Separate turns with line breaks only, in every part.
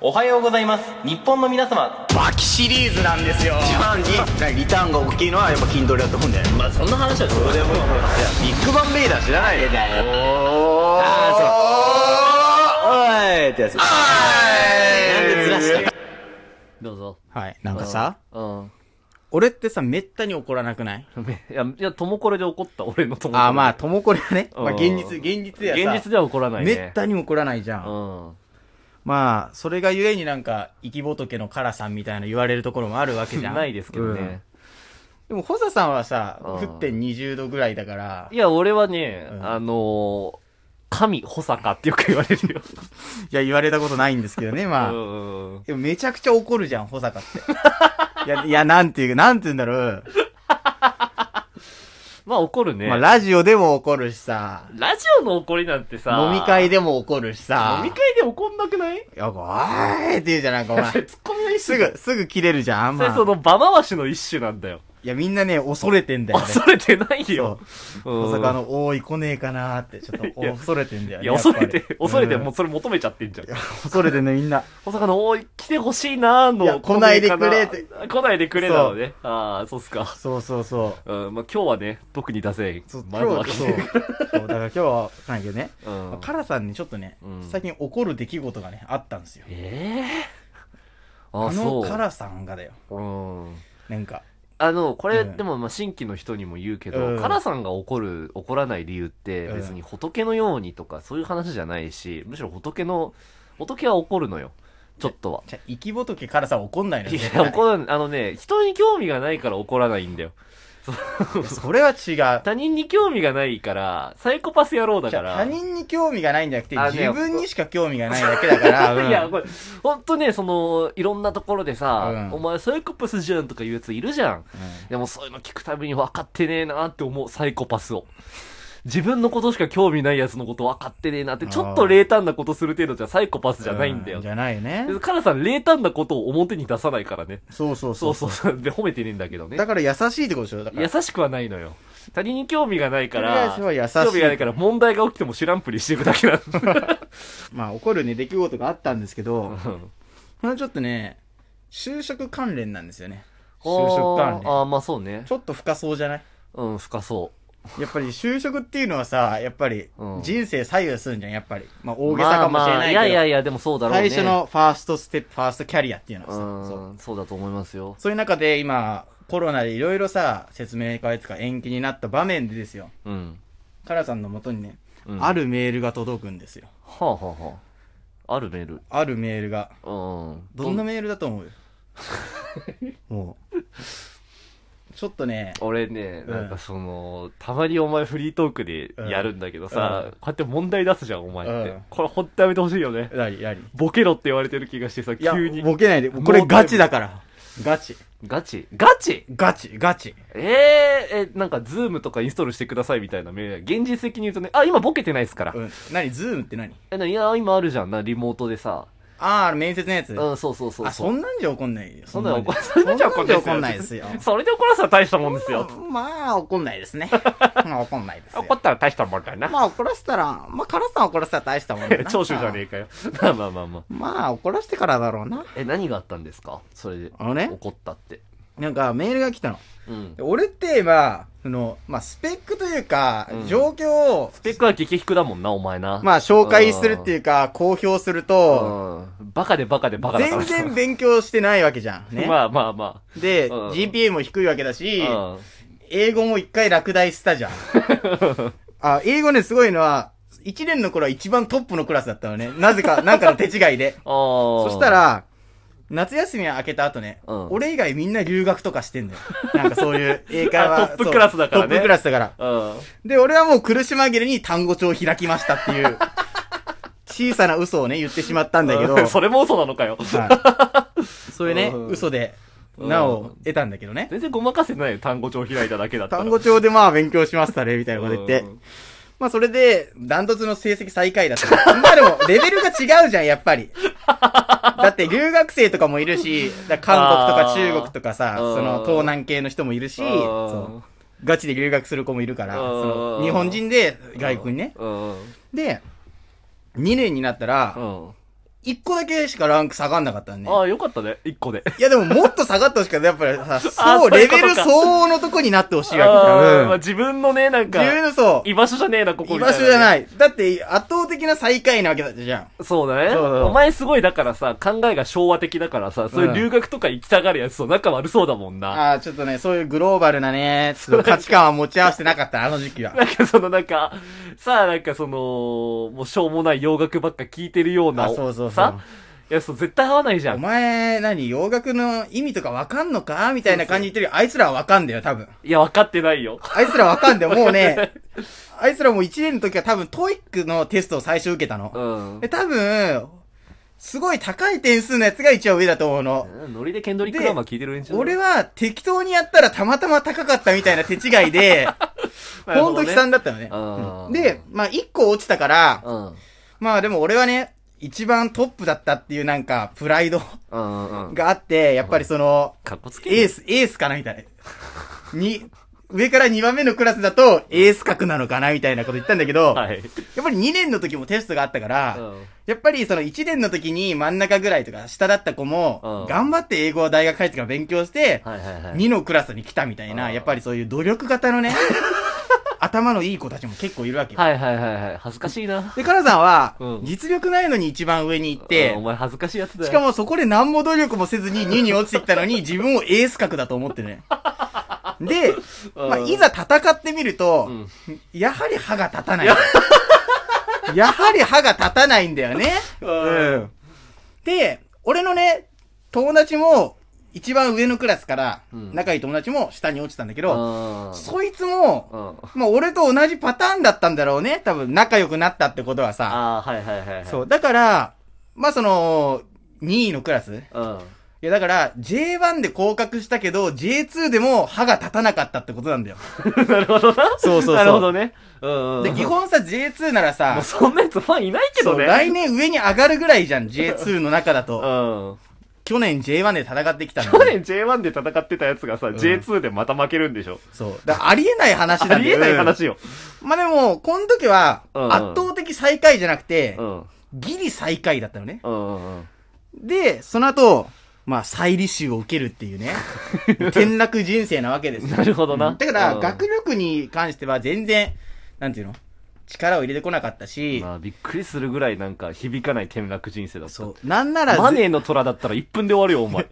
おはようございます日本の皆様
バキシリーズなんですよ
一番にリターンが大きいのはやっぱ筋トレだと思うんだよね
まあそんな話はどう
それもいやビッグバンベイダー知らないよ
だよ
おーあーそうおーいってやつなんでずらした
どうぞ
はい、なんかさ、
うん
俺ってさ、めったに怒らなくない
いやいやともこれで怒った俺のともこれ
あー、まあ、ともこれはね、
うん
まあ現実、現実やさ。
現実では怒らないね
めったに怒らないじゃん。
うん
まあ、それがゆえになんか、生き仏のカラさんみたいな言われるところもあるわけじゃん。
ないですけどね、
うん。でも、ホサさんはさ、
うん
沸点20度ぐらいだから
い、や俺はね、
うん
あのー神保坂ってよく言われるよ。
いや、言われたことないんですけどね、まあ。
うんうん
でもめちゃくちゃ怒るじゃん、保坂って。 いや、いや、なんていう、なんていうんだろう。
まあ怒るね。
まあ、ラジオでも怒るしさ、
ラジオの怒りなんてさ、
飲み会でも怒るしさ、
飲み会で怒んなくない
いや、おーいって言うじゃん、なんかお
それ
前。
ツッコミの一種
すぐ、すぐ切れるじゃん、あん
そ
ま
れ
あ。
その場回しの一種なんだよ。
いや、みんなね、恐れてんだよね。
恐れてないよ。うん
大阪の、おーい、来ねえかなーって、ちょっと、お
いや
恐れてんだよ
い
ね。
や、
やっぱ
恐
り
れて、恐れて、
うん
もうそれ求めちゃってんじゃん。
恐れてん だよ、みんな。
大阪の、おい、来てほしいなー
いや
の。
来ないでくれって
この映画な。来ないでくれなのね。ああ、そうっすか。
そうそうそ
うん、まあ今日はね、特に出せん
う。そう、。今
ま
日
ずは
は、
来
そ
て
う。そうだから今日は、なんだけどね。
う
まあ
ん。
カラさんにちょっとね
うん、
最近怒る出来事がね、あったんですよ。
ええー。
あ
あ、そ
の
う。
カラさんがだよ。
うん。
なんか、
あの、これ、
うん
でも、まあ、新規の人にも言うけ
う
ど、
ん
カラさんが怒る、怒らない理由って、
うん
別に仏のようにとか、そういう話じゃないし、むしろ仏の、仏は怒るのよ。ちょっとは。
じゃあ生き仏カラさん怒んないの
い
よ絶
や、
対
怒らん、あのね、人に興味がないから怒らないんだよ。
それは違う。
他人に興味がないから、サイコパス野郎だ
じ
か
ゃあ
ら。
他人に興味がないんじゃなくて、
あね
自分にしか興味がないだけだから、う ん
いや、これ、ほんとね、その、いろんなところでさ、
うん
お前サイコパスじゃんとか言うやついるじゃん。
うん
でもそういうの聞くたびに分かってねえなって思う、サイコパスを。自分のことしか興味ないやつのこと分かってねえなって、ちょっと冷淡なことする程度じゃサイコパスじゃないんだよ。
うじゃないね。
でカラさん、冷淡なことを表に出さないからね。
そうそうそ
そうう。そうそう。で、褒めてねえんだけどね。
だから優しいってことでしょだから。
優しくはないのよ。他人に興味がないか
とり
ら、
あえずは優しい
興味がないから問題が起きても知らんぷりしていくだけな
まあ、怒るね、出来事があったんですけど、
の。うん
これはちょっとね、就職関連なんですよね。就職関
あー
連。
あー、まあそうね
ち。ょっと深そうじゃない
うん、深そ
やっぱり就職っていうのはさ、やっぱり
うん
人生左右するんじゃん、やっぱり。まあ
う。
大げさかもしれ
まあま
な
あ
いけど。
やいやいや、でもそうだろう
最
ね。、
初のファーストステップ、ファーストキャリアっていうのはさ、そううん
そうだと思いますよ。
そういう中で今、コロナでいろいろさ、説明会とか延期になった場面でですよ。
うん。
カラさんのもとにね、
うん
あるメールが届くんですよ。
はあはあはあ。あるメール。
あるメールが。
うん。
どんなメールだと思うもう。ちょっとね、
俺ね、
うん
なんかその、たまにお前フリートークでやるんだけどさ、
うん
こうやって問題出すじゃん、お前って。
うん
これほんとやめてほしいよね。
やりやり。
ボケろって言われてる気がしてさ、
いや
急、に。
ボケないで。
もう
これガチだから。ガチ。
ガチガチ
ガチ、ガチ。
えー、え、なんかズームとかインストールしてくださいみたいなメール。現実的に言うとね、あ、今ボケてないですから。
うん。何ズームって何
え、ないや、今あるじゃんな、リモートでさ。
あー、面接のやつ。
うん、そうそうそうう。
あ、そんなんじゃ怒んないよ。
そんなの怒
そんなんじゃ怒んない
そん
で
です
よ。
それで怒らせたら大したもんですよ。
まあ、怒んない ですね。まあ、怒んないですよ
怒。ったら大したもんだよな。
まあ、怒らせたら、まあ、カラさん怒らせたら 大したもんだな
長州じゃねえかよ。まあまあまあまあ。
まあ、怒らせてからだろうな。
え、何があったんですかそれで。
あのね
怒ったって。
なんか、メールが来たの。
うん
で。俺って、まあ、その、まあ、スペックというか
う、ん
状況を、
スペックは激低だもんな、お前な。
まあ、紹介するっていうか、公表すると、
うん。バカでバカでバカだか
全
ら。
然勉強してないわけじゃん。ね。
まあまあま
で、
うん
GPA も低いわけだし、
あ。
英語も一回落第し たじゃん。あ、英語ね、すごいのは、一年の頃は一番トップのクラスだったのね。なぜか、なんかの手違いで。
そ
そした、ら、夏休み明けた後ね、
うん
俺以外みんな留学とかしてんだよ。なんかそういう英会話。
あトップクラスだからね
そうトップクラスだから。
うん。
で、俺はもう苦し紛れに単語帳を開きましたっ ていう、小さな嘘をね、言ってしまったんだけど、
それも嘘なのかよ。
はいそういうね、
うん
嘘で、
うん
なお得たんだけどね。
全然ごまかせないよ、単語帳開いただけだったら。
単語帳でまあ勉強しましたね、みたいなこと言って
う。ん
まあそれで、ダントツの成績最下位だった。まあでも、レベルが違うじゃん、やっぱり。だって留学生とかもいるし、だから韓国とか中国とかさ、
あー
その東南系の人もいるし、そう
あ
ガチで留学する子もいるから、
あ
そ
ー
の日本人で外国にね。
ーうん。
で、2年になったら、
うん。
一個だけしかランク下がんなかったんで。
ああ、よかったね。一個 で。
いやでももっと下がってほしかった。やっぱりさ、
あー
そう、
そうい
レ
うこと
ベ
か
ル相応のとこになってほしい
あーまあ
わけ
自分のね、なん
じ
か
ゃん。、自分のそう、
居場所じゃねえな、ここ
居
みたいなね
場所じゃない。だって圧倒的な最下位なわけだったじゃん。
そうだね
そうそう
お前すごいだからさ、考えが昭和的だからさ、そういう留学とか行きたがるやつと仲悪そうだもんな。
ああ、ちょっとね、そういうグローバルなね、ちょっと価値観は持ち合わせてなかった、あの時期 は。
なん かそのなんか、さあなんかその、もうしょうもない洋楽ばっか聴いてるような、
あそうそうそう
さ、いや、そう絶対合わないじゃ
お
ん。
前、何、洋楽の意味とかわかんのかみたいな感じ言ってるよ。あいつらはわかんだよ、多分。
いや、分かってないよ。
あいつらわかんだ よ、もうね。あいつらもう1年の時は多分、トイックのテストを最初受けたの
う。ん
で、。多分、すごい高い点数のやつが一応上だと思うの。
ノリでケンドリック・ラマー聴いてるんじゃない
俺は適当にやったらたまたま高かったみたいな手違いで、
なる
ほ
ほ
ん
ど
と
ね
悲惨だったのね。
あー
で、まあ1個落ちたから、
うん。うん
まあでも俺はね、一番トップだったっていうなんか、プライド
うんうん。
があって、やっぱりその、
かっこつけ
エース、エースかなみたいな。に、上から2番目のクラスだと、エース格なのかなみたいなこと言ったんだけど、
はい。
やっぱり2年の時もテストがあったから、
うん
やっぱりその1年の時に真ん中ぐらいとか下だった子
う
も
ん、
頑張って英語は大学帰ってから勉強して、
はいはいはい。
2のクラスに来たみたいな、
うん
やっぱりそういう努力型の ね、頭のいい子たちも結構いるわけよ。
はいはいはいはい。恥ずかしいな。
で、カナさんは、
うん
実力ないのに一番上に行っ
うん
て
お、前恥ずかしいやつだよ。
しかもそこで何も努力もせずに2に落ちてき たのに、自分をエース格だと思ってね。で、
うん、
まあ、いざ戦ってみると、
うん
やはり歯が立た ない。やはり歯が立たないんだよね。
うん
うんで、俺のね、友達も、一番上のクラスから、
うん
仲いい友達も下に落ちたんだけ
う
ど、
ん。
そいつも、
うん。
まあ俺と同じパターンだったんだろうね。多分仲良くなったってことはさ。
ああ、はいはいはいはい。
そう。だから、まあその、2位のクラスい
うん。
やだから、J1 で降格したけど、J2 でも歯が立たなかったってことなんだよ。
なるほどな。
そうそうそう
なるほどね。うんうん。
で、基本さ、J2 なら
も
さ
う、そんなやつファンいないけ
そ
ど
う
ね。
来年上に上がるぐらいじ ゃん、J2 の中だ
う
と。
ん。
去年 J1 で戦ってきたの。
去年 J1 で戦ってたやつがさ、J2 でまた負けるんでしょ。
そう。だからありえない話なんだ
あ
よ
りえない話よ。
まあでも、この時は、
うんうん
圧倒的最下位じゃなくて
う、ん。
ギリ最下位だったのね。
うんうんうん。
で、その後、まあ、再履修を受けるっていう ね、転落人生なわけですよ
なるほどな。
だから、
うん
学力に関しては全然、なんていうの力を入れてこなかったし、
まあ、びっくりするぐらいなんか響かない転落人生だった。
そう。なんなら、
マネーの虎だったら1分で終わるよ、お 前。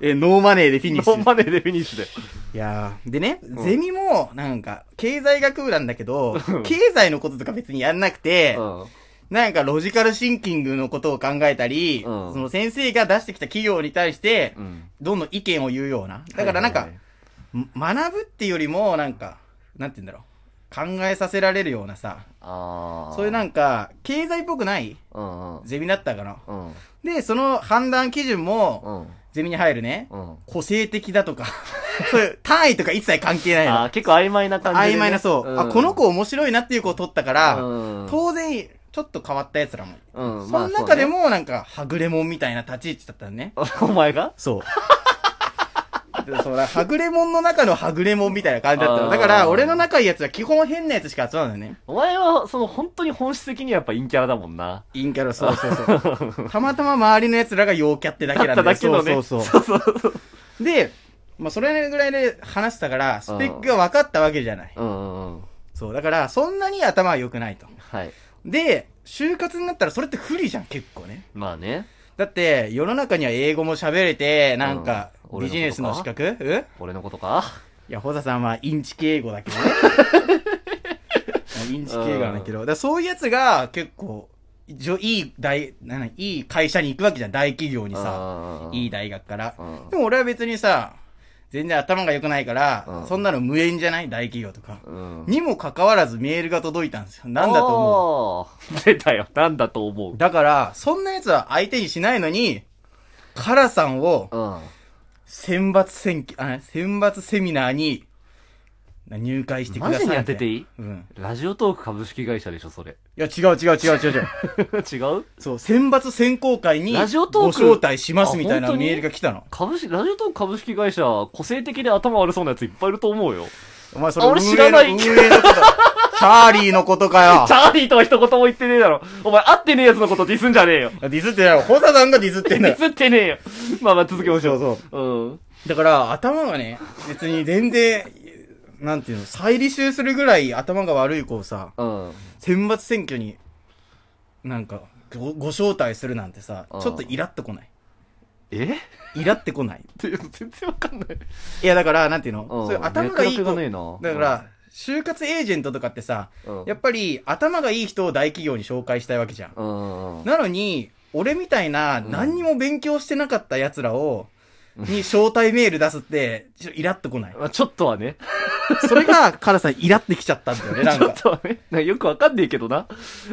え、ノーマネーでフィニッシ
ノー
ュ。
マネーでフィニッシュで。
いやーでね、
ん
ゼミも、なんか、経済学部なんだけど
うん、
経済のこととか別にやんなくて、
う
なんかロジカルシンキングのことを考えたり、
うん
その先生が出してきた企業に対して、
ん。
どんどん意見を言うような。だからなんか、
はいはい
ん学ぶっていうよりも、なんか、なんて言うんだろう。考えさせられるようなさ、
ああ。
そういうなん
か、
んか、経済っぽくない
うんうん。
ゼミだったかな。
うん。
で、その判断基準も、
うん。
ゼミに入るね、
うん。
個性的だとか、そういう 単位とか一切関係ない
あ
の。
あ、結構曖昧な感じでね。
曖昧なそう、あ、
ん
この子面白いなっていう子を取ったから、
うん
当然、ちょっと変わった奴らも
うん、
その中でも、なんか、はぐれもんみたいな立ち位置だったのね。
まあそうね、お前が
そう。で そうだ、はぐれもんの中のはぐれもんみたいな感じだった
あー
の。だから、俺の仲いいやつは基本変なやつしか集まらないのね。
お前は、その、本当に本質的にはやっぱ陰キャラだもんな。
インキャラ、そうそう そう。たまたま周りのやつらが陽キャってだけなん
だ
だ
っただけのね
そうそうそう。で、まあ、それぐらいで話したから、スペックが分かったわけじゃない。
うんうんうん。
そう、だから、そんなに頭は良くないと。
はい。
で、就活になったらそれって不利じゃん、結構ね。
まあね、
だって、世の中には英語も喋れて、なんか、
うん
ビジネスの資格うん
俺のことか。
いや、ホザさんはインチキ英語だ けどね。インチキ英語なんだけど。だからそういうやつが結構、じょいい大、なんだいい会社に行くわけじゃん。大企業にさ、
さ
いい
だ。
大学から
う。ん
でも俺は別にさ、全然頭が良くないから、
うん
そんなの無縁じゃない大企業とか。
うん。
にもかかわらずメールが届いたんですよ。なんだと思う
思う出たよ。なんだと思う。
だから、そんなやつは相手にしないのに、カラさんを、
うん。
選抜選挙、あ、選抜セミナーに入会してください
マ
み
ジに
たいな。
当てていい
うん。
ラジオトーク株式会社でしょ、それ。
いや、違う違う違う違う違 う。
違う
そう、選抜選考会に
ラジオト
ご
ーク
招待しますみたい
あ
な
本当に
メールが来たの。
株式、ラジオトーク株式会社、個性的で頭悪そうなやついっぱいいると思うよ。
お前そ
あ
れ
俺
運
知ら
営の、
ない
運営のこと。チャーリーのことか
チャーリーとは一言も言ってねえだろ。お前、会ってねえやつのことディスんじゃねえよ。
よ。ディスってない。ホサさんがディスってんだ
ディ
よ。
スってねえよ。まあまあ続けましょう。
そう
うん。
だから、頭がね、別に全然、なんていうの、再履修するぐらい頭が悪い子をさ、
うん。
選抜選挙に、なんか、ご、ご招待するなんてさ、
うん
ちょっとイラってこない。
え
イラってこない。
っていうの全然わかんない。
いや、だから、なんていうの、
うん
そういう頭がいい
脈絡
子。
がねえな
だから、就活エージェントとかってさ、
うん
やっぱり頭がいい人を大企業に紹介したいわけじゃん。
うん。
なのに、俺みたいな何にも勉強してなかった奴らを、に招待メール出すって、ちょっとイラってこない。
まあちょっとはね。
それが、カラさんイラってきちゃったんだよ ね、なん
ちょっ
か。
とはね。なんかよくわかんねえけどな。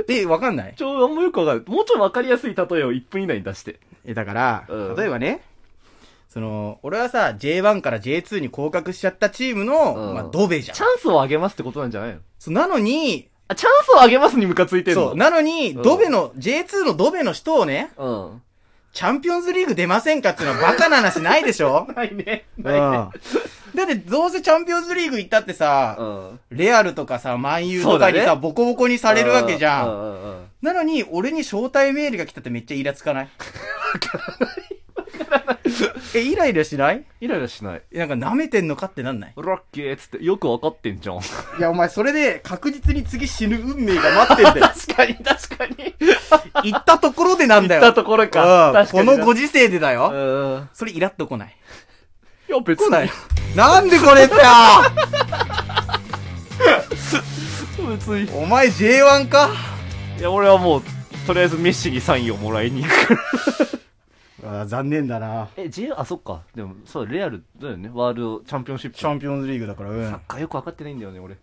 え、わかんない
ちょ、あんまよくわかんない。もうちょいわかりやすい例えを1分以内に出して。
え、だから、
うん
例えばね、その、俺はさ、J1 から J2 に降格しちゃったチームの、
うん
まあ、ドベじゃん
チャ。ンスをあげますってことなんじゃないの
そうなのに、
あ、チャンスをあげますにムカついてるの
そう、なのに、
うん
ドベの、J2 のドベの人をね、
うん。
チャンピオンズリーグ出ませんかっていうのはバカな話ないでしょ
ないね。
う ん。
ないね。
だって、どうせチャンピオンズリーグ行ったってさ、
うん。
レアルとかさ、万有とかに
そう
さ、
だ
ボコボコにされるわけじゃ。
うんんうんうん。
なのに、俺に招待メールが来たってめっちゃイラつかないえ、イライラしない
イライラしない。
なんか舐めてんのかってなんない
ラッキーっつって、よくわかってんじゃん。
いや、お前それで確実に次死ぬ運命が待ってんだよ。
確かに、確かに。
行ったところでなん
言
だ
っ
よ。
たところ
う
か
ん。
確か
こ
に。
のご時世でだよ。
うん。
それイラっとこない。
いや、別
来
に。
ない。なんでこれさ、
別に。
お前 J1 か
いや、俺はもう、とりあえずメッシにサインをもらいに行くから。
あ残念だな。
え、J、あ、そっか。でも、そう、レアルだよね。ワールドチャンピオンシップ。
チャンピオンズリーグだから、うん。
あ、よくわかってないんだよね、俺。